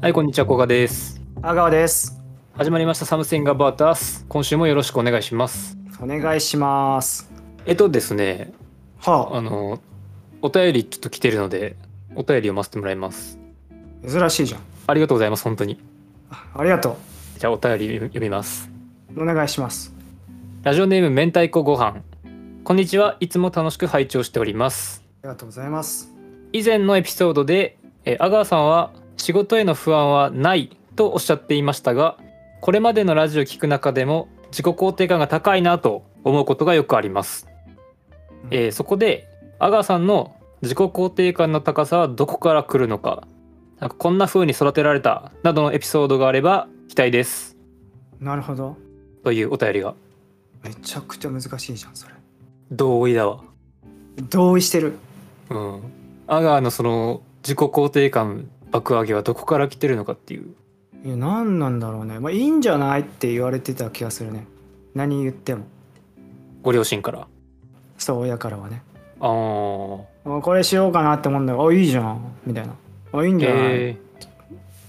はい、こんにちは、こがです。阿川です。始まりました、サムスインガバータス。今週もよろしくお願いします。お願いします。えっとですね、はあの、お便りちょっと来てるので、お便り読ませてもらいます。あ、珍しいじゃん。ありがとうございます、本当に。ありがとじゃあ、お便り読みます。う。お願いします。ラジオネーム、明太子ご飯。こんにちは、いつも楽しく拝聴しております。ありがとうございます。以前のエピソードで、え阿川さんは仕事への不安はないとおっしゃっていましたが、これまでのラジオ聞く中でも自己肯定感が高いなと思うことがよくあります。えーそこで阿川さんの自己肯定感の高さはどこから来るのかなんかこんな風に育てられたなどのエピソードがあれば期待ですなるほど。というお便りがめちゃくちゃ難しいじゃん、それ。同意だわ同意してる。うん阿川のその自己肯定感爆上げはどこから来てるのかっていういや、何なんだろうね。まあ、いいんじゃないって言われてた気がするね。何言っても。ご両親からそう、親からはね。あーあこれしようかなって思うんだが、あ、いいじゃん。みたいな。あ、いいんじゃないっえ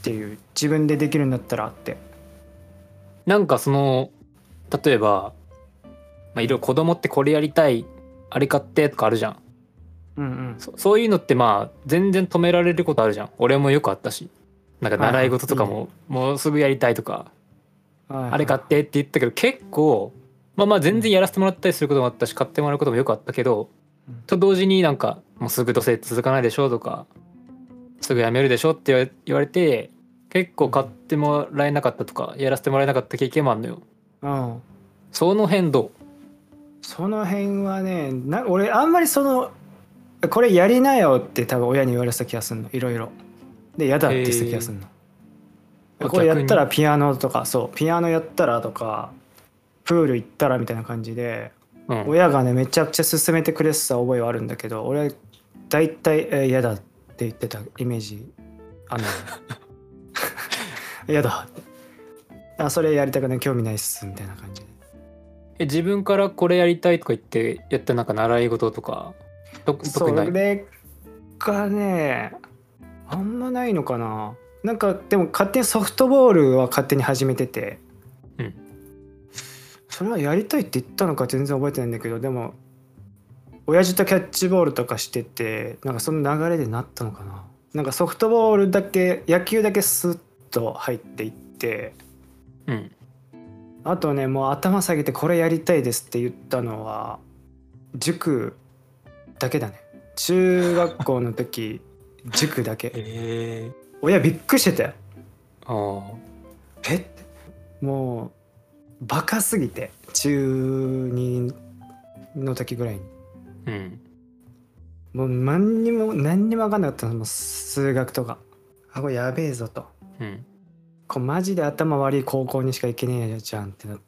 ていう。自分でできるんだったらって。ーなんかその例えばまあいろいろ子供ってこれやりたいあれ買ってとかあるじゃんうんうん。そそういうのってまあ全然止められることあるじゃん俺もよくあったしなんかはいはい習い事とかも、もうすぐやりたいとか、はいはいあれ買っ。てって言ったけど結構まあまあ全然やらせてもらったりすることもあったし買ってもらうこともよくあったけど、うんと同時になんかもうすぐどうせ続かないでしょうとかすぐやめるでしょって言われ言われて結構買ってもらえなかったとかやらせてもらえなかった経験もあるのようん。その辺どその辺はねな俺あんまりそのこれやりなよって多分親に言われてた気がするのいろいろで嫌だって言ってた気がするの、へーこれやったあらピアノとかそうピアノやったらとかプール行ったらみたいな感じでう、うん、親がねめちゃくちゃ勧めてくれてた覚えはあるんだけど俺大体えー嫌だって言ってたイメージあんの嫌だあそれやりたくない興味ないっすみたいな感じでえ自分からこれやりたいとか言ってやったなんか習い事とかとそ特にないれがねあんまないのかななんかでも勝手にソフトボールは勝手に始めてて、うんそれはやりたいって言ったのか全然覚えてないんだけどでも親父とキャッチボールとかしててなんかその流れでなったのかななんかソフトボールだけ野球だけスッと入っていってうんあとねもう頭下げてこれやりたいですって言ったのは塾だけだね中学校 の時塾だけええ親びっくりしてたよあえってもうバカすぎて中2の時ぐらいにあうんもう何にも何にも分かんなかったのもう数学とかあこれやべえぞとうんこうマジで頭悪い高校にしか行けねえじゃんってなっ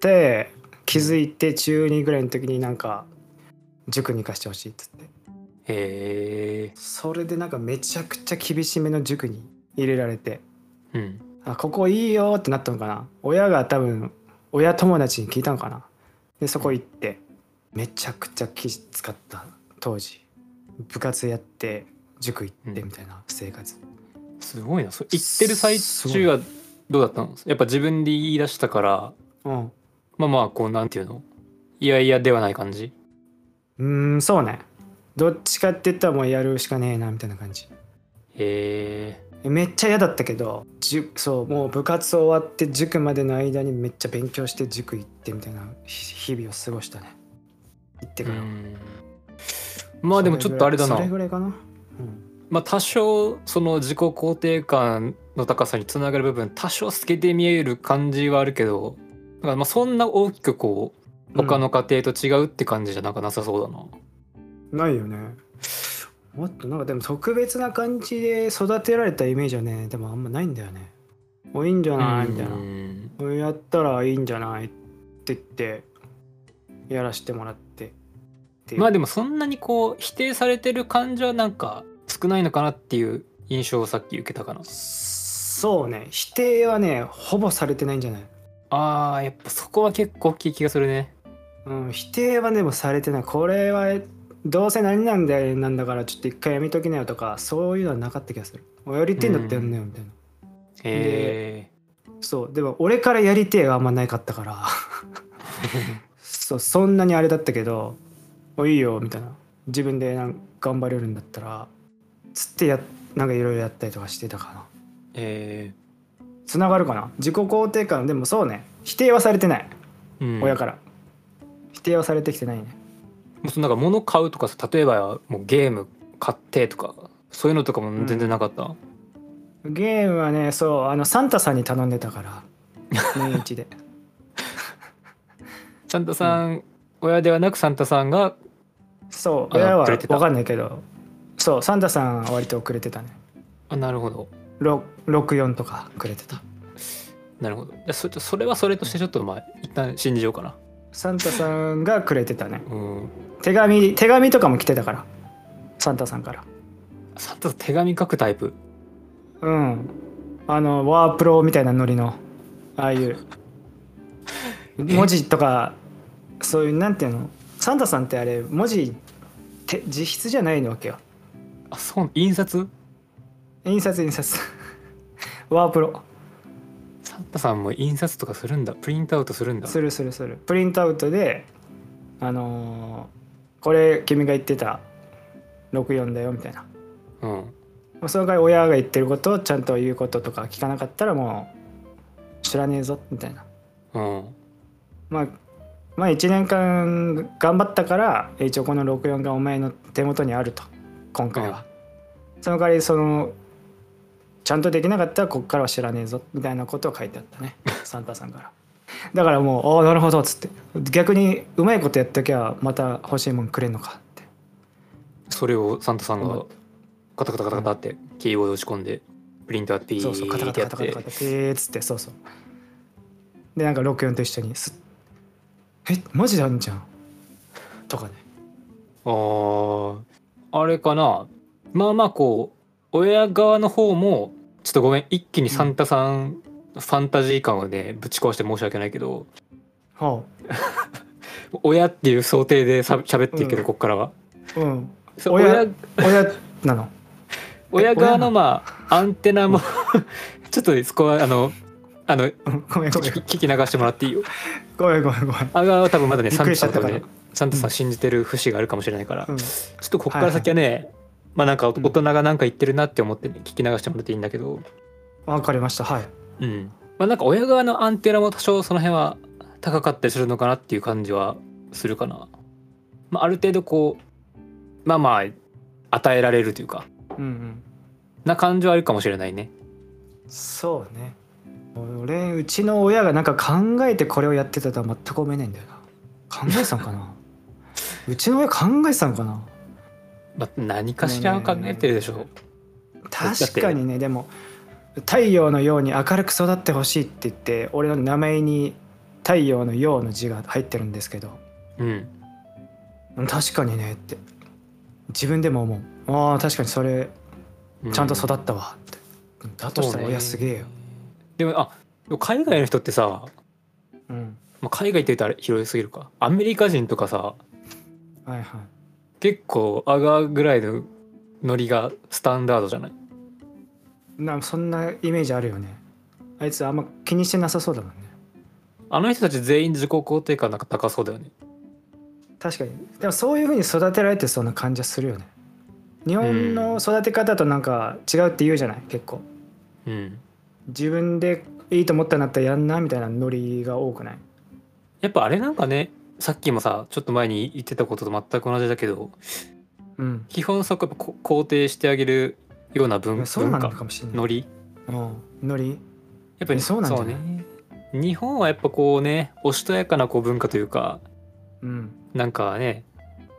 て気づいて中2ぐらいの時になんか塾に行かしてほしいっつってへえそれでなんかめちゃくちゃ厳しめの塾に入れられてうんあここいいよってなったのかな親が多分親友達に聞いたのかなでそこ行ってめちゃくちゃきつかった当時部活やって塾行ってみたいな生活、すごいなそれ行ってる最中はどうだったのやっぱ自分で言い出したからうんまあまあこうなんていうのいやいやではない感じうーんそうねどっちかって言ったらもうやるしかねえなみたいな感じへえめっちゃ嫌だったけどじゅそうもう部活終わって塾までの間にめっちゃ勉強して塾行ってみたいなひ日々を過ごしたね行ってうから、んまあでもちょっとあれだなそれぐらいかな、うん、まあ多少その自己肯定感の高さにつながる部分多少透けて見える感じはあるけどだからまあそんな大きくこう他の家庭と違うって感じじゃなんかなさそうだな、ないよねもっとなんかでも特別な感じで育てられたイメージはねでもあんまないんだよねもういいんじゃないみたいなうんこれやったらいいんじゃないって言ってやらせてもらってっていうまあでもそんなにこう否定されてる感じはなんか少ないのかなっていう印象をさっき受けたかなそうね否定はねほぼされてないんじゃない、あーやっぱそこは結構大きい気がするねうん、否定はでもされてないこれはどうせ何なんだよなんだからちょっと一回やめときなよとかそういうのはなかった気がする俺やりてんだったらやんなよみたいな、へそうでも俺からやりてえがあんまないかったから そうそんなにあれだったけど「もういいよ」みたいな自分でなん頑張れるんだったらつってやなんかいろいろやったりとかしてたかなえへつながるかな自己肯定感でもそうね否定はされてない、えうん親から否定はされてきてないねもうそのなんか物買うとかさ例えばもうゲーム買ってとかそういうのとかも全然なかった、ゲームはねそうあのサンタさんに頼んでたから年一で サンタさん、親ではなくサンタさんがそあう親はくれ分てたかんないけどそうサンタさんは割とくれてたねあなるほどろ64とかくれてたなるほどいやそそれはそれとしてちょっとまあ一旦信じようかなサンタさんがくれてたねうん手紙手紙とかも来てたからサンタさんからサンタさん手紙書くタイプうんあのワープロみたいなノリのああいう文字とかそういうなんていうのサンタさんってあれ文字て実質じゃないわけよあそう印刷印刷印刷 ワープロサンタさんも印刷とかするんだプリントアウトするんだするするするプリントアウトであのーこれ君が言ってた64だよみたいなうんまあその代わり親が言ってることをちゃんと言うこととか聞かなかったらもう知らねえぞみたいなうんまあまあ1年間頑張ったから一応この64がお前の手元にあると今回は、その代わりそのちゃんとできなかったらこっからは知らねえぞみたいなことを書いてあったねサンタさんからだからもう「ああなるほど」っつって逆にうまいことやっておきゃまた欲しいもんくれんのかってそれをサンタさんうがんカタカタカタカタってキーボード打ち込んでプリントアウトピそうそうカータカってタやカっタてカタカタピーっつってそうそうでなんか64と一緒にす「えマジであんじゃん」とかねあーあれかなまあまあこう親側の方もちょっとごめん一気にサンタさん、ファンタジー感をねぶち壊して申し訳ないけどは親っていう想定でさ喋っていくけど、うんこっからはあうんそう親親親なの親側の親なのまあアンテナも ちょっとそこはあのあのうんごめんごめん 聞き聞き流してもらっていいよごめんごめんごめんあがは多分まだねびっサンタくりしさちんゃったとからねサンタさん信じてる節があるかもしれないから、うんちょっとこっから先はね、まあなんか大人がなんか言ってるなって思ってね、聞き流してもらっていいんだけどわかりましたはいうんまあなんか親側のアンテナも多少その辺は高かったりするのかなっていう感じはするかな、まあ、ある程度こうまあまあ与えられるというかうんうんな感じはあるかもしれないねそうね俺うちの親がなんか考えてこれをやってたとは全く思えないんだよな考えてたん かなうちの親考えてたんかなまあ、何かしら考えてるでしょう、確かにねでも「太陽のように明るく育ってほしい」って言って俺の名前に「太陽のよう」の字が入ってるんですけどうん確かにねって自分でも思うああ確かにそれうんちゃんと育ったわって、だとしたら親すげえよ、でもあでも海外の人ってさ、うんまあ、海外って言ったら広いすぎるかアメリカ人とかさはいはい結構アガーぐらいのノリがスタンダードじゃないなそんなイメージあるよねあいつあんま気にしてなさそうだもんねあの人たち全員自己肯定感なんか高そうだよね確かにでもそういう風に育てられてそうな感じはするよね日本の育て方となんか違うって言うじゃない結構うん自分でいいと思ったんだったらやんなみたいなノリが多くないやっぱあれなんかねさっきもさちょっと前に言ってたことと全く同じだけどうん基本そこやっぱこ肯定してあげるような文そうな文の化かもしれないノリうんノリやっぱりえそうなんじゃないね日本はやっぱこうねおしとやかなこう文化というかうんなんかね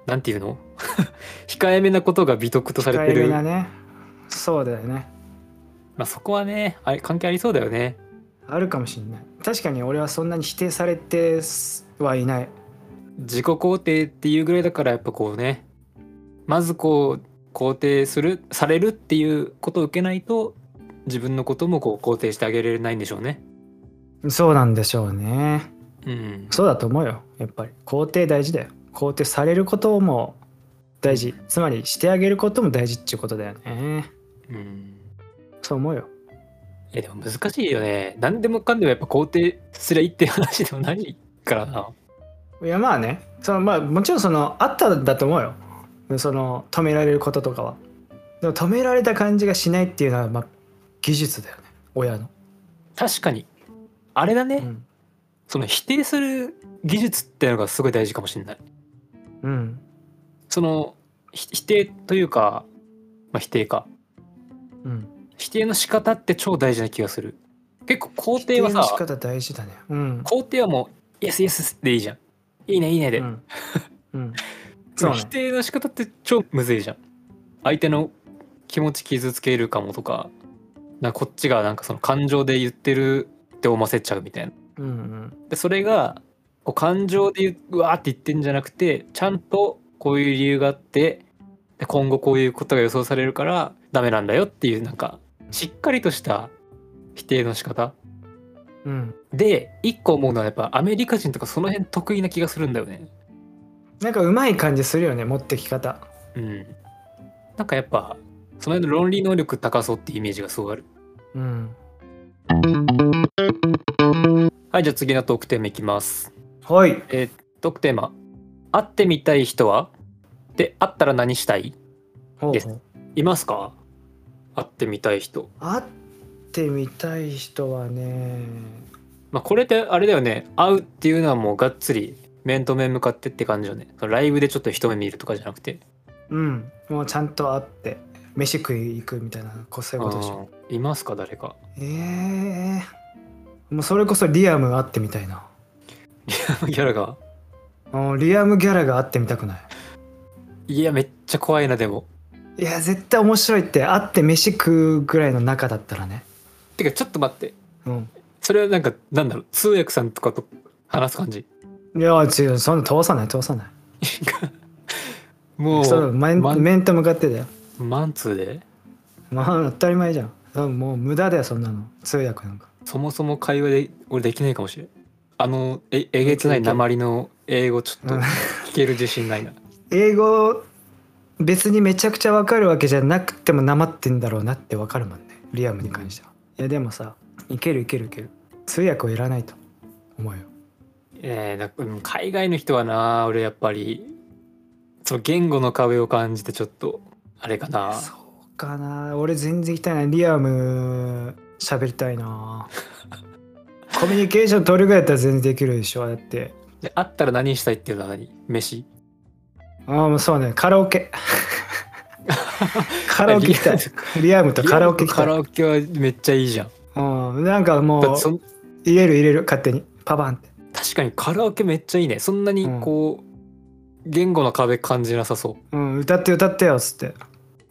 なんていうの 控えめなことが美徳とされ控てえめる、なねそうだよねまあ、そこはねあれ関係ありそうだよねあるかもしれない確かに俺はそんなに否定されてはいない自己肯定っていうぐらいだからやっぱこうねまずこう肯定するされるっていうことを受けないと自分のこともこう肯定してあげられないんでしょうねそうなんでしょうねうんそうだと思うよやっぱり肯定大事だよ肯定されることも大事つまりしてあげることも大事っていうことだよねうんそう思うよえでも難しいよね何でもかんでもやっぱ肯定すりゃいいって話でもないからないやまあねそのまあもちろんそのあったんだと思うよその止められることとかはでも止められた感じがしないっていうのは、まあ、技術だよね親の、確かにあれだね、うんその否定する技術ってのがすごい大事かもしれないうん、そのひ否定というか、まあ、否定かうん、否定の仕方って超大事な気がする結構肯定は否の仕さ方大事だねうん、肯定はもう「イエスイエス」でいいじゃん「いいねいいねで」うんうん、そそううね否定の仕方って超むずいじゃん相手の気持ち傷つけるかもとかなんかこっちがなんかその感情で言ってるって思わせちゃうみたいなうんうんでそれがこう感情で言ううわーって言ってんじゃなくてちゃんとこういう理由があってで今後こういうことが予想されるからダメなんだよっていうなんかしっかりとした否定の仕方うんで一個思うのはやっぱアメリカ人とかその辺得意な気がするんだよね。なんかうまい感じするよね持ってき方うん、なんかやっぱその辺の論理能力高そうってイメージがすごいある。うんはいじゃあ次のトークテーマいきます。はいトークテーマ「会ってみたい人は?」で会ったら何したいほうですほういますか会ってみたい人。会ってみたい人はねまあ、これってあれだよね会うっていうのはもうがっつり面と面向かってって感じよねそのライブでちょっと一目見るとかじゃなくてうんもうちゃんと会って飯食い行くみたいなこうそういうことでしょうんいますか誰か えー、もうそれこそリアム会ってみたいなギャラがうんリアムギャラが会ってみたくないいやめっちゃ怖いなでもいや絶対面白いって会って飯食うぐらいの仲だったらねてかちょっと待ってうんそれはなんかなんだろう通訳さんとかと話す感じいや違うそんな通さない通さないもそれう面マン面と向かってだよマンツーでまあ当たり前じゃん多分もう無駄だよそんなの通訳なんかそもそも会話で俺できないかもしれんあのええげつない鉛の英語ちょっとうん聞ける自信ないな英語別にめちゃくちゃ分かるわけじゃなくてもなまってんだろうなって分かるもんねリアムに関しては、いやでもさいけるいけるいける通訳はいらないと思うよえー、なんかうん海外の人はな俺やっぱりその言語の壁を感じてちょっとあれかなそうかな俺全然行きたいなリアム喋りたい なコミュニケーション取るぐらいだったら全然できるでしょだってで会ったら何したいっていうのは何飯ああもうそうねカラオ ケカラオケ行きたいリアムとカラオケ行きカたいラオケはめっちゃいいじゃんうんなんかだっもてそうん入れる入れる勝手にパバンって確かにカラオケめっちゃいいねそんなにこう、言語の壁感じなさそううん、歌って歌ってよっつって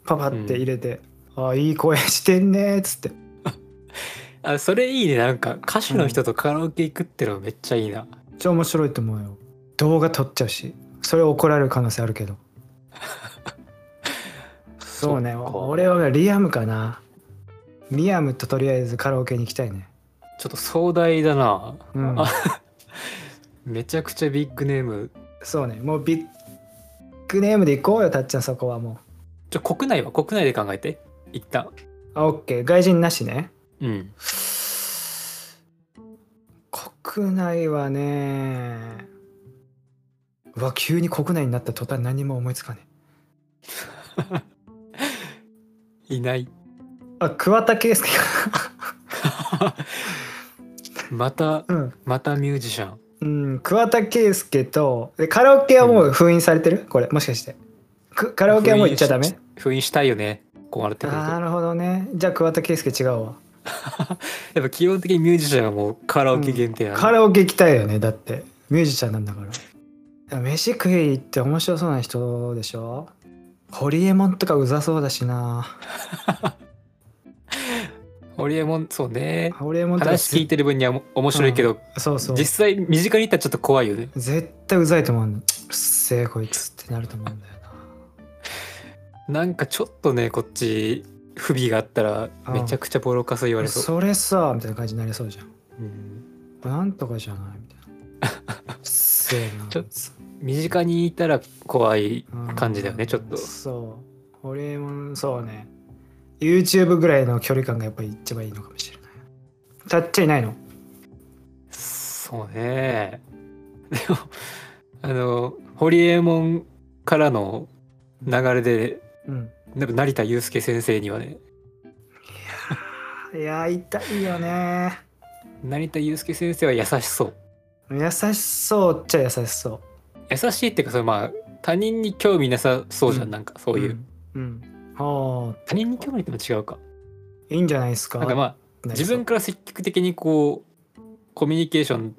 パパって入れて「ああいい声してんね」っつってあそれいいねなんか歌手の人とカラオケ行くってのはめっちゃいいな、超面白いと思うよ動画撮っちゃうしそれ怒られる可能性あるけどそうねそっか俺はリアムかなリアムととりあえずカラオケに行きたいねちょっと壮大だなうんあめちゃくちゃビッグネームそうねもうビッグネームで行こうよたっちゃんそこはもちょ国内は国内で考えて一旦うあオッケー外人なしねうん国内はねうわ急に国内になった途端何も思いつかねえいないあ桑田佳祐またが うんまたミュージシャンうん桑田佳祐とでカラオケはもう封印されてる、これもしかしてくカカラオケはもう行っちゃダメ封印したいよねこうなってくるとなやっるほどねじゃあ桑田佳祐違うわぱ基本的にミュージシャンはもうカラオケ限定なの、カラオケ行きたいよねだってミュージシャンなんだからでも飯食いって面白そうな人でしょホリエモンとかうざそうだしなホリエモンそうねホリエモンとか話聞いてる分にはも面白いけど、そうそう実際身近にいたらちょっと怖いよね絶対うざいと思うんだうっせえこいつってなると思うんだよななんかちょっとねこっち不備があったらうんめちゃくちゃボロカス言われそう、それさみたいな感じになりそうじゃんうんなんとかじゃないみたい な。うっせえな。ちょっ身近にいたら怖いうん感じだよねちょっとそう。俺もそうね。YouTube ぐらいの距離感がやっぱり一番いいのかもしれない。たっちゃいないのそうねでもあの堀エモ門からの流れでうんやっぱ成田悠輔先生にはねいやー痛いよね成田悠輔先生は優しそう優しそうっちゃ優しそう優しいっていうかそのまあ他人に興味なさそうじゃん、うんなんかそういう、うん、うん、ああ他人に興味っても違うかいいんじゃないですかなんかまあ自分から積極的にこうコミュニケーション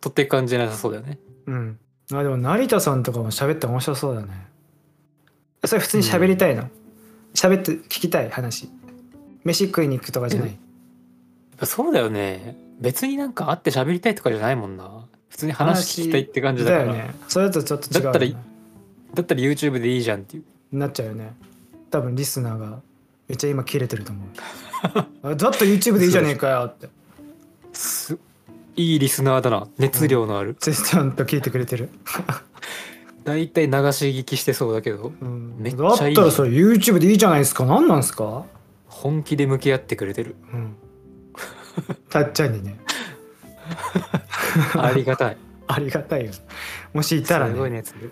取っていく感じじゃなさそうだよねうんあでも成田さんとかも喋って面白そうだねそれ普通に喋りたいの喋、って聞きたい話飯食いに行くとかじゃない、うんやっぱそうだよね別になんか会って喋りたいとかじゃないもんな普通に話聞きたいって感じだかだらよねそれだとちょっと違うよだったらね、いだったら YouTube でいいじゃんっていうなっちゃうよね多分リスナーがめっちゃ今切れてると思う あだったら YouTube でいいじゃねえかよってすいいリスナーだな熱量のある、ちゃんと聞いてくれてる、だいたい流し聞きしてそうだけどうん、めっちだっゃたいいらそれ YouTube でいいじゃないですか何なんですか本気で向き合ってくれてる うんたっちゃんにねありがたいありがたいよもしいたらすごいね熱量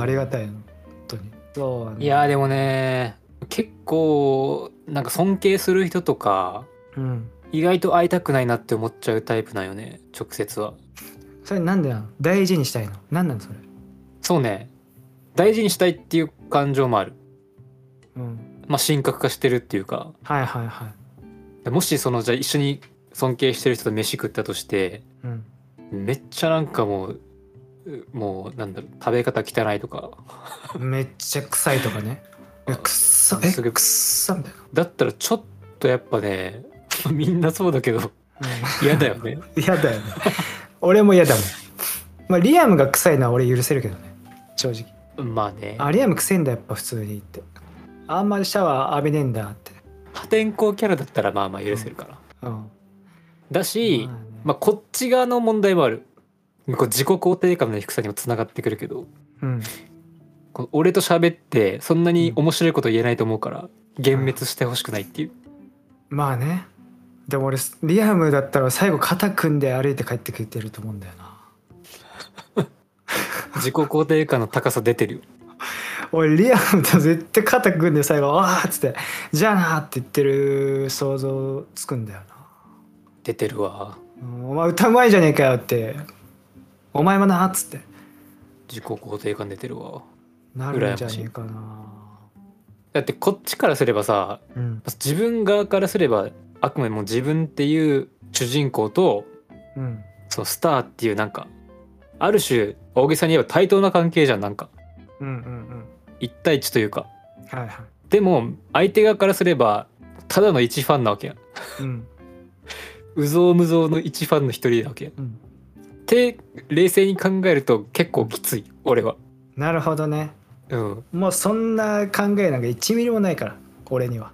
ありがたいよ本当にそうなんだいやーでもね結構なんか尊敬する人とかうん意外と会いたくないなって思っちゃうタイプなんよね直接はそれなんでなの大事にしたいのなんなのそれそうね大事にしたいっていう感情もあるうんまあ神格化してるっていうかはいはいはいもしそのじゃあ一緒に尊敬してる人と飯食ったとしてうんめっちゃなんかもううもうなんだろう食べ方汚いとかめっちゃ臭いとか ねいやくっそえすごいくっそみたいだったらちょっとやっぱね みんなそうだけどな嫌だよねうん 嫌だよね俺も嫌だもんまあリアムが臭いのは俺許せるけどね正直まあねあリアム臭いんだやっぱ普通にってあんまりシャワー浴びねえんだって破天荒キャラだったらまあまあ許せるから、うんだし、まあねまあ、こっち側の問題もあるこう自己肯定感の低さにもつながってくるけどうんこう俺と喋ってそんなに面白いこと言えないと思うから幻滅してほしくないっていうまあねでも俺リアムだったら最後肩組んで歩いて帰ってくれてると思うんだよな自己肯定感の高さ出てるよ俺リアムと絶対肩組んで最後「ああ」っつって「じゃあな」って言ってる想像つくんだよな 出てるわうん「お前歌うまいじゃねえかよ」って「お前もな」っつって自己肯定感出てるわなるんじゃねえかなだってこっちからすればさうん自分側からすればあくまでも自分っていう主人公とうんそのスターっていうなんかある種大げさに言えば対等な関係じゃんなんかうんうん1対1というかうんはいはでも相手側からすればただの一ファンなわけやいうんうぞうむぞうの一ファンの一人なわけやうんって冷静に考えると結構きつい俺はなるほどねうんもうそんな考えなんか1ミリもないから俺 には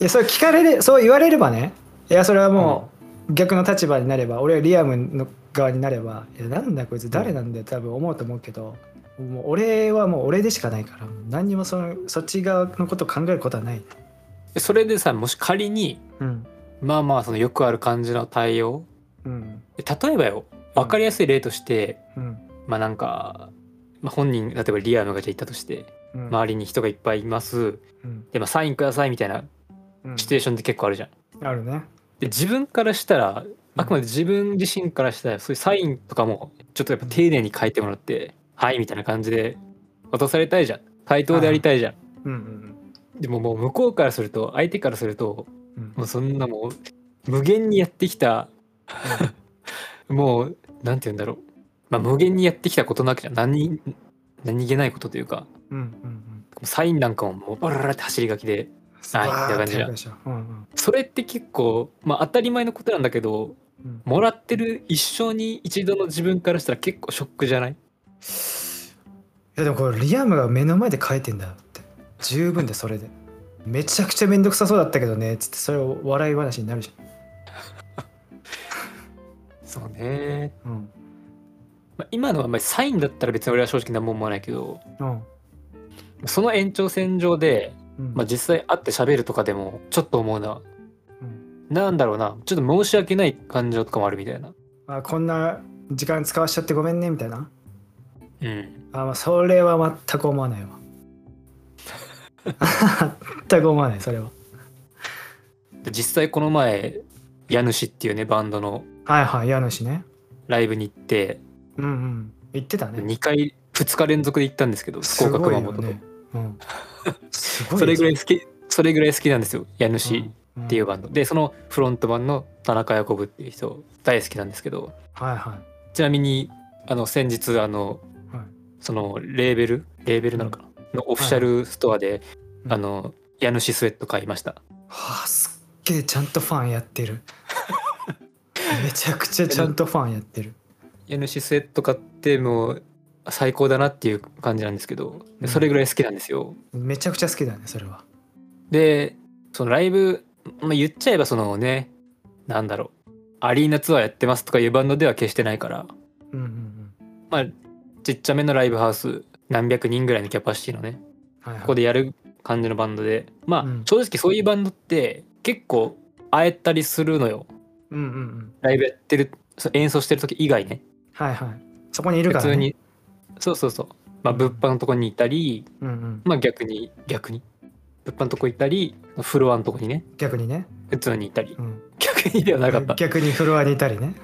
いやそれ聞かれるそう言われればねいやそれはもう逆の立場になれば俺はリアムの側になればいやなんだこいつ誰なんだよ多分思うと思うけどもう俺はもう俺でしかないから何にもそのそっち側のことを考えることはない、それでさもし仮にうんまあまあそのよくある感じの対応うん例えばよ分かりやすい例として、うんまあなんか、まあ、本人例えばリアムがじゃあいたとしてうん周りに人がいっぱいいますうんで、まあ、サインくださいみたいなうんシチュエーションって結構あるじゃん。あるねで自分からしたらあくまで自分自身からしたらそういうサインとかもちょっとやっぱ丁寧に書いてもらって「はい」みたいな感じで渡されたいじゃん対等でありたいじゃん。うんうんでももう向こうからすると相手からするとうんもうそんなもう無限にやってきた もうなんて言うんだろう、まあ、無限にやってきたことなくじゃん何何気ないことというかうんうんうんサインなんかももうバラバラって走り書きではいわーって感じだってでしょうんうんそれって結構、まあ、当たり前のことなんだけどうんもらってる一生に一度の自分からしたら結構ショックじゃないいやでもこれリアムが目の前で書いてんだよって十分でそれでめちゃくちゃ面倒くさそうだったけどねっつってそれを笑い話になるじそうね、ゃんうんまあ、今のはまあサインだったら別に俺は正直何も思わないけどうんその延長線上でうんまあ、実際会って喋るとかでもちょっと思うな、うんなんだろうなちょっと申し訳ない感情とかもあるみたいなあこんな時間使わしちゃってごめんねみたいなうんあまあそれは全く思わない わ全く思わないそれはで実際この前家主っていうねバンドのはいはい家主ねライブに行ってうんうん言ってたね2回2日連続で行ったんですけど福岡熊本と、うん すごいそれぐらいっ好きそれぐらい好きなんですよ家主っっていうバンド、でそのフロントマンの田中ヤコブっていう人大好きなんですけどはいはちなみにあの先日あの、はいそのレーベルレーベルなのかな、のオフィシャルストアで、うんあの家主スウェット買いましたいはあすっげえちゃんとファンやってる めちゃくちゃちゃんとファンやってる家主スウェット買ってもう最高だなっていう感じなんですけどうんそれぐらい好きなんですよ、めちゃくちゃ好きだねそれはでそのライブ、まあ、言っちゃえばそのねなんだろうアリーナツアーやってますとかいうバンドでは決してないからうんうんうんまあちっちゃめのライブハウス何百人ぐらいのキャパシティのねはいはいここでやる感じのバンドでまあ、うん正直そういうバンドって結構会えたりするのようんうんうんライブやってるそう演奏してる時以外ねはいはいそこにいる普からね通にそうそうそうまあ物販のとこにいたりうんうんまあ逆に逆に物販のとこいたりフロアのとこにね逆にね普通にいたりうん逆にではなかった逆にフロアにいたりね、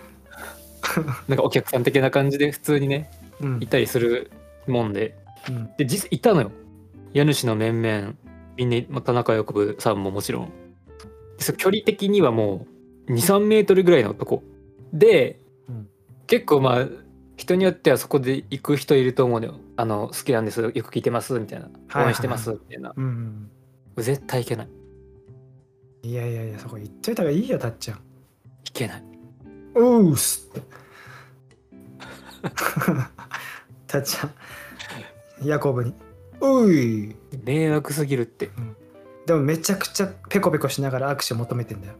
なんかお客さん的な感じで普通にねうんいたりするもんでうんで実際いたのよ家主の面々みんなまあ田中横部さんももちろんでそう距離的にはもう23メートルぐらいのとこで、うん結構まあ人によってはそこで行く人いると思うのよあの好きなんですよく聞いてますみたいなはいはい応援してますみたいな、うんうん絶対行けないいやいやいやそこ行っといた方がいいよたっちゃん行けないおうっす たっちゃんヤコブに「おい!迷惑すぎるって」でもめちゃくちゃペコペコしながら握手を求めてんだよ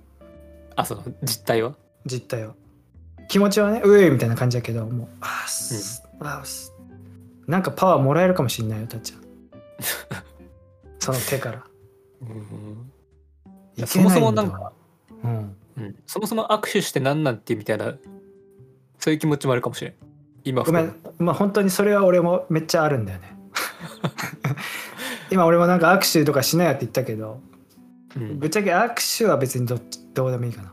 あその実態は実態は気持ちはね「うい!」みたいな感じやけどもう「あーっす、あーっす」なんかパワーもらえるかもしんないよた っちゃんその手からうんいけいだそもそもなんか、うん、うんそもそも握手して何なんてみたいなそういう気持ちもあるかもしれん今ごめん、まあ本当にそれは俺もめっちゃあるんだよね。 今俺もなんか握手とかしないやって言ったけど、うんぶっちゃけ握手は別にどっちどうでもいいかな。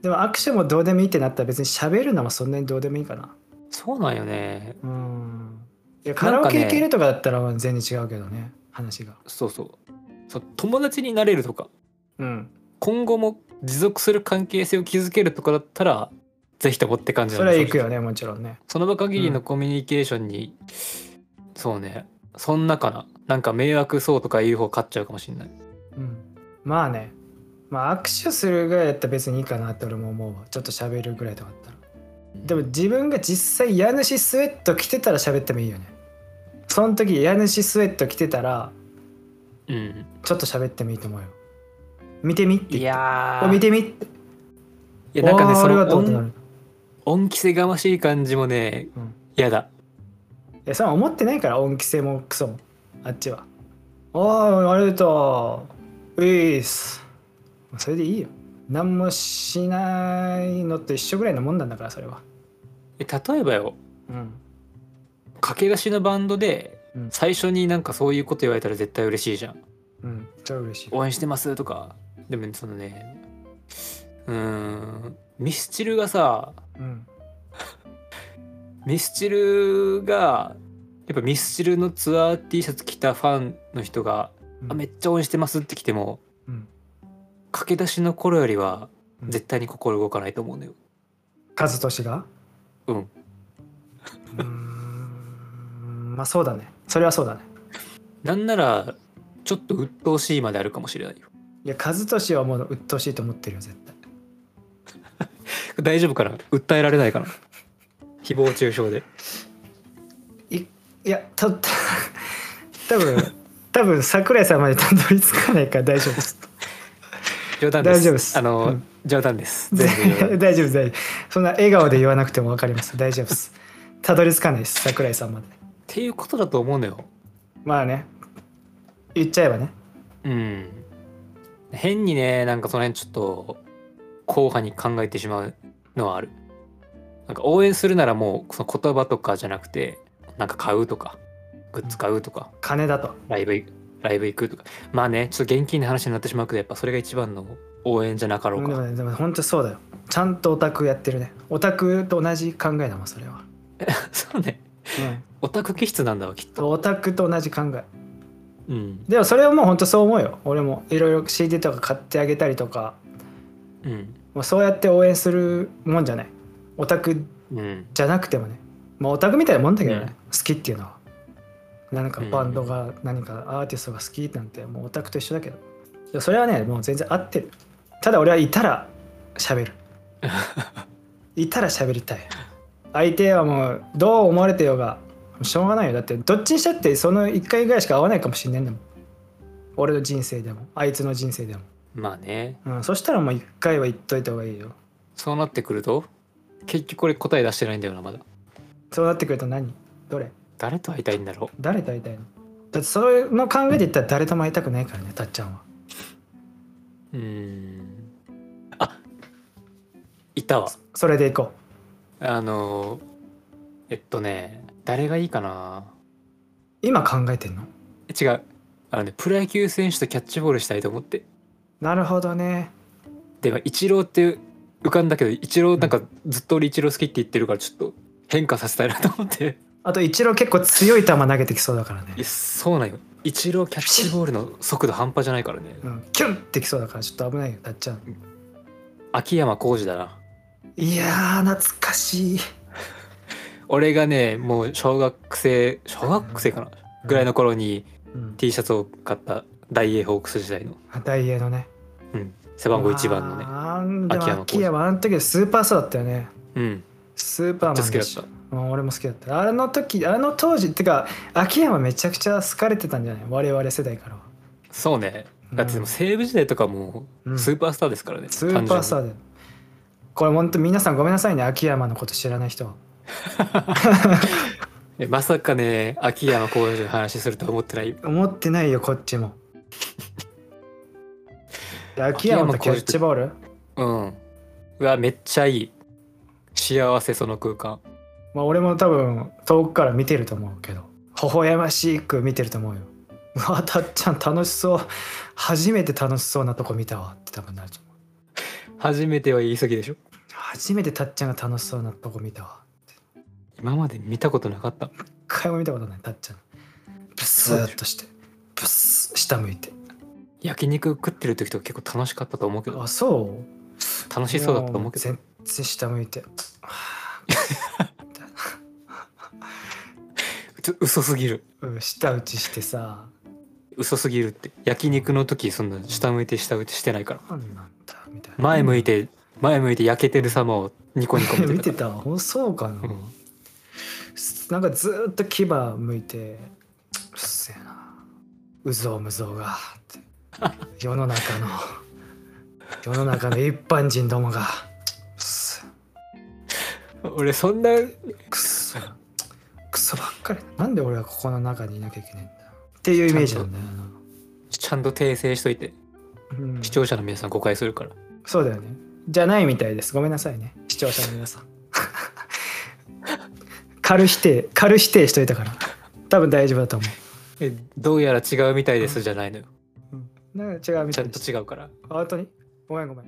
でも握手もどうでもいいってなったら別に喋るのもそんなにどうでもいいかな。そうなんよねうん。いなんかやカねラオケ行けるとかだったら全然違うけどね、話が。そうそうそう友達になれるとかうん。今後も持続する関係性を築けるとかだったらぜひともって感じそなんれはです行くよね、もちろんね。その場限りのコミュニケーションに、そうねそんなかななんか迷惑そうとかいう方勝っちゃうかもしれないうん。まあね。まあ握手するぐらいだったら別にいいかなって俺も思うわ。ちょっと喋るぐらいとかだったら。でも自分が実際家主スウェット着てたら喋ってもいいよねその時家主スウェット着てたらうんちょっと喋ってもいいと思うよ見てみってい言ってやお見てみっていやなんかねおーそ俺はどうってなのる恩着せがましい感じもねうん嫌だいやそれは思ってないから恩着せもクソもあっちはおーありがとうういっすそれでいいよ何もしないのと一緒ぐらいのもんなんだからそれはえ例えばようん駆け出しのバンドでうん最初になんかそういうこと言われたら絶対嬉しいじゃんうんそれは嬉しい応援してますとかでもそのねうーんミスチルがさうんミスチルがやっぱミスチルのツアー T シャツ着たファンの人が「あめっちゃ応援してます」って来ても、うん駆け出しの頃よりはうん絶対に心動かないと思うのよ。カズトシがうんうーんまあそうだねそれはそうだねなんならちょっと鬱陶しいまであるかもしれないよ。いや和俊はもう鬱陶しいと思ってるよ絶対大丈夫かな訴えられないかな誹謗中傷で。いいやた た多分多分桜井さんまでたどり着かないから大丈夫です冗談です。大丈夫ですあの、うん冗談です。全部冗談 大丈夫です大丈夫そんな笑顔で言わなくても分かります大丈夫ですたどり着かないです桜井さんまでっていうことだと思うのよ。まあね言っちゃえばねうん変にねなんかその辺ちょっと硬派に考えてしまうのはあるなんか応援するならもうその言葉とかじゃなくてなんか買うとかグッズ買うとか金だとライブ行ライブ行くとかまあねちょっと現金の話になってしまうけどやっぱそれが一番の応援じゃなかろでうもかねでも本当そうだよちゃんとオタクやってるねオタクと同じ考えだもん それは、そうねオタク気質なんだわきっうん、とオタクと同じ考えうんでもそれはもう本当そう思うよ俺もいろいろ CD とか買ってあげたりとかうんもうそうやって応援するもんじゃないオタクうんじゃなくてもねまあオタクみたいなもんだけどね、うん好きっていうのは何かうんバンドが何かアーティストが好きなんてもうオタクと一緒だけどいやそれはねもう全然合ってるただ俺はいたら 喋るいたら喋りたい相手はもうどう思われてようがしょうがないよだってどっちにしたってその1回ぐらいしか会わないかもしんないんだもん俺の人生でもあいつの人生でも、まあねうん、そしたらもう1回は言っといた方がいいよそうなってくると結局これ答え出してないんだよなまだそうなってくると何どれ誰と会いたいんだろ誰と会いたいのだってそれの考えで言ったら誰とも会いたくないからねたっちゃんはううんあいたわそれで行こあのえっとね誰がいいかなう今考えてんの違うあのねプロ野球選手とキャッチボールしたいと思ってなるほどねでまあイチローって浮かんだけどイチローなんかずっと俺イチロー好きって言ってるからちょっと変化させたいなと思ってあと一郎結構強い球投げてきそうだからいやね、そうなんよイチローキャッチボールの速度半端じゃないからねうん、キュンってきそうだからちょっと危ないよたっちゃん秋山浩二だないやー懐かしい俺がねもう小学生小学生かなぐらいの、頃にうん、 T シャツを買った大英ホークス時代の、ダイエーのねうん、背番号1番のねあんで秋山も浩二秋山あの時はスーパースターだったよねうんスーパーマンめっちゃ好きだしったうん俺も好きだったあの時あの当時ってか秋山めちゃくちゃ好かれてたんじゃない我々世代からはそうねだってでも西武時代とかもうんスーパースターですからね、スーパースタ単ーでこれ本当皆さんごめんなさいね秋山のこと知らない人は純にえまさかね秋山浩二の話するとは思ってない思ってないよこっちもで秋山とキャッチボールうんうわめっちゃいい幸せその空間まあ俺も多分遠くから見てると思うけど微笑ましく見てると思うようわたっちゃん楽しそう初めて楽しそうなとこ見たわって多分なると思う初めては言い過ぎでしょ初めてたっちゃんが楽しそうなとこ見たわ今まで見たことなかった一回も見たことないたっちゃんブスーっとしてブスー下向いて焼肉食ってる時とか結構楽しかったと思うけどあそう楽しそうだったと思うけど全然下向いてちょ嘘すぎるうん舌打ちしてさ嘘すぎるって焼肉の時そんな下向いて下打ちしてないから何なんだみたいな前向いて前向いて焼けてる様をニコニコ見てた 見てたわおそうかな、うんなんかずーっと牙向いてうっせえなうぞうむぞうがって世の中の世の中の一般人どもがくっせえ俺そんなくっそくそばっかりなんで俺はここの中にいなきゃいけないんだっていうイメージなんだよな、ちゃんと訂正しといてうん視聴者の皆さん誤解するからそうだよね。じゃないみたいです。ごめんなさいね、視聴者の 皆さん。軽否定、軽否定しといたから。多分大丈夫だと思えどうやら違うみたいですじゃないのよう。なんか違うみちたゃいんでとす。違うからあ本当にごめんごめん。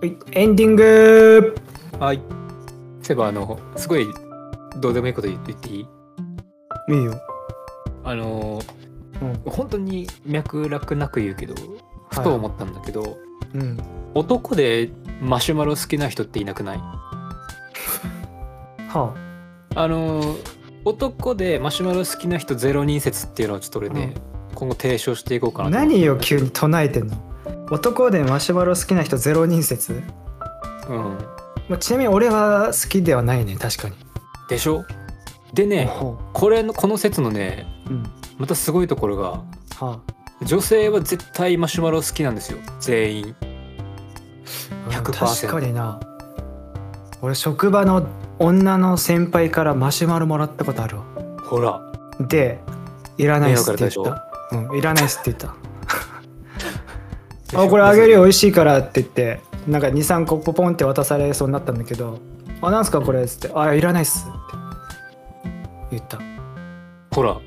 はいエンディングはいそういえばあのすごいどうでもいいこと言って言っていいいいよ。あのうん。本当に脈絡なく言うけどふと思ったんだけど、うん。男でマシュマロ好きな人っていなくないはあのー男でマシュマロ好きな人ゼロ人説っていうのをちょっと俺ね、今後提唱していこうかあ、な何を急に唱えてんの男でマシュマロ好きな人ゼロ人説、うん、まあ、ちなみに俺は好きではないね確かに、でしょでねほこれのこの説のねううんまたすごいところがは女性は絶対マシュマロ好きなんですよ全員うん100%確かにな俺職場の女の先輩からマシュマロもらったことあるわほらでいらないっすって言っ、迷惑だったうん、い らないっすって言ったあこれあげるよ美味しいからって言ってなんか23個ポポンって渡されそうになったんだけど「あなんすかこれ」っつって「あいらないっす」って言ったほら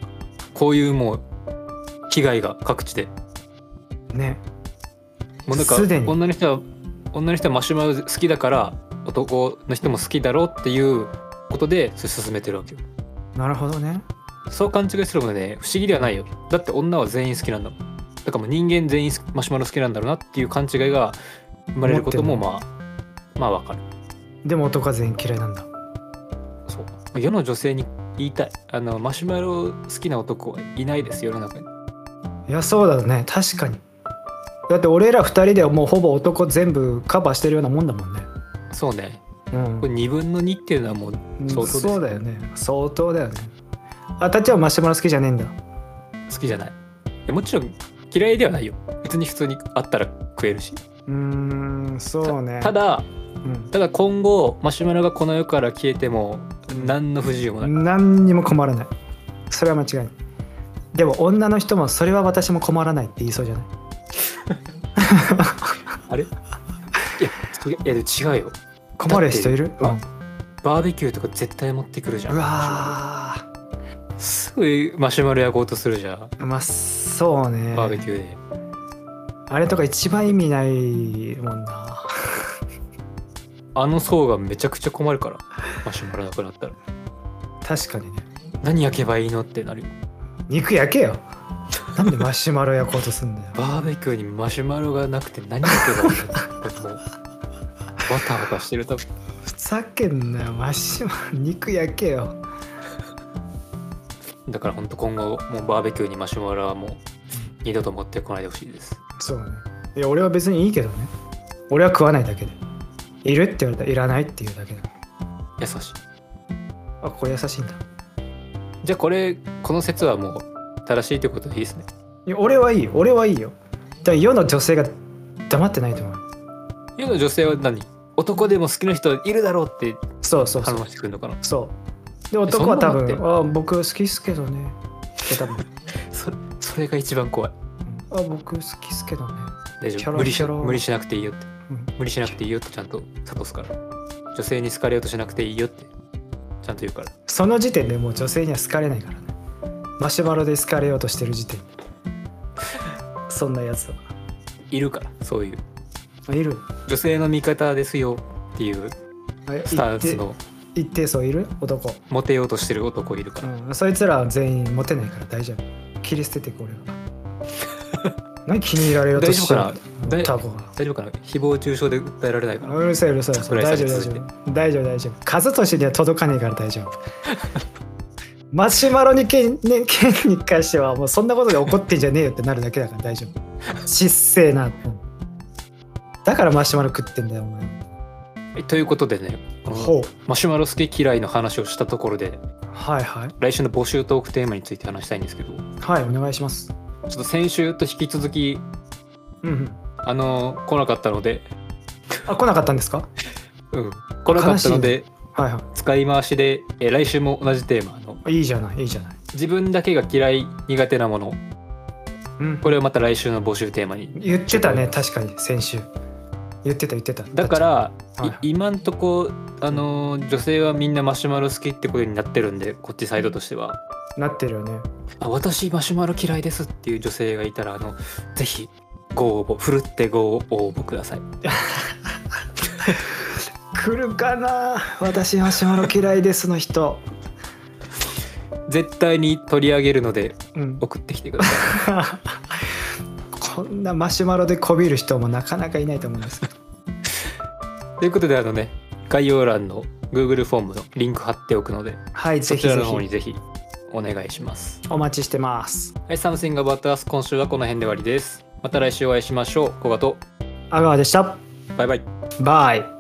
こういうもう危害が各地でねもうなんかすでに女の人は女の人はマシュマロ好きだから男の人も好きだろうっていうことでそれ進めてるわけよなるほどねそう勘違いするのもね不思議ではないよだって女は全員好きなんだもんだからもう人間全員マシュマロ好きなんだろうなっていう勘違いが生まれることもまあまあわかるでも男は全員嫌いなんだそう世の女性に言いたいあのマシュマロ好きな男はいないです世の中にいやそうだね確かにだって俺ら二人ではもうほぼ男全部カバーしてるようなもんだもんねそうねうんこれ2分の2っていうのはもう相当ですそうだよね相当だよねあたちはマシュマロ好きじゃねえんだ好きじゃないいやもちろん嫌いではないよ別に普通にあったら食えるしうーんそうねただうんただ今後マシュマロがこの世から消えても何の不自由もない、何にも困らないそれは間違いないでも女の人もそれは私も困らないって言いそうじゃないあれいやそれいやでも違うよ困る人いる、うだんってバーベキューとか絶対持ってくるじゃんうわすぐマシュマロ焼こうとするじゃんーまあそうねバーベキューであれとか一番意味ないもんなあの層がめちゃくちゃ困るからマシュマロなくなったら 確かにね何焼けばいいのってなるよ肉焼けよなんでマシュマロ焼こうとすんだよバーベキューにマシュマロがなくて何焼けばいいのもうバタバタしてる多分ふざけんなよマシュマロ肉焼けよだから本当今後もうバーベキューにマシュマロはもう二度と持ってこないでほしいですそうねいや俺は別にいいけどね俺は食わないだけでいるって言われたらいらないっていうだけだ優しいあこれ優しいんだじゃあこれこの説はもう正しいということでいいですねいや俺はいいよ俺はいいよだから世の女性が黙ってないと思う世の女性は何男でも好きな人いるだろうってそうそうそう話してくるのかなそうで男は多そんな分のあ僕好きっすけどねって多分それそれが一番怖いあ僕好きっすけどね大丈キャ夫ラ無理しキャラ無理しなくていいよってうん無理しなくていいよってちゃんと諭すから女性に好かれようとしなくていいよってちゃんと言うからその時点でもう女性には好かれないからねマシュマロで好かれようとしてる時点でそんなやついるからそういうはいる女性の味方ですよっていうあスタンス一定の一定層いる男モテようとしてる男いるから、うん、そいつらは全員モテないから大丈夫切り捨てていく俺 は何気に入られようとしてる大丈夫かなタコが大丈夫かな誹謗中傷で訴えられないからうるさいうるさいうるさい桜井大さ丈んに続夫大丈いて夫大丈夫大丈夫数としてには届かねえから大丈夫マシュマロにけん、ね、剣に関してはもうそんなことで怒ってんじゃねえよってなるだけだから大丈夫失勢な、うんだからマシュマロ食ってんだよお前はいということでねこのほうマシュマロ好き嫌いの話をしたところではいはい来週の募集トークテーマについて話したいんですけどちょはいお願いしますっと先週と引き続きうんうんあの来なかったのであ来なかったんですかうん来なかったのではいは使い回しで、えー来週も同じテーマあのいいいじゃないいいじゃない自分だけが嫌い苦手なものうんこれをまた来週の募集テーマに言ってたね確かに先週言ってた言ってただから、はいはいい今んとこあのー女性はみんなマシュマロ好きってことになってるんでこっちサイドとしてはなってるよね「あ私マシュマロ嫌いです」っていう女性がいたらあのぜひご応募ふるってご応募ください来るかな私マシュマロ嫌いですの人絶対に取り上げるのでうん送ってきてください こんなマシュマロでこびる人もなかなかいないと思うんですけど ということであのね概要欄の Google フォームのリンク貼っておくのではいぜそひちらぜの方にひぜひお願いしますお待ちしてますはい、サムシングアバータース今週はこの辺で終わりです。また来週お会いしましょう。小賀と阿川でしたバイバイ。バイ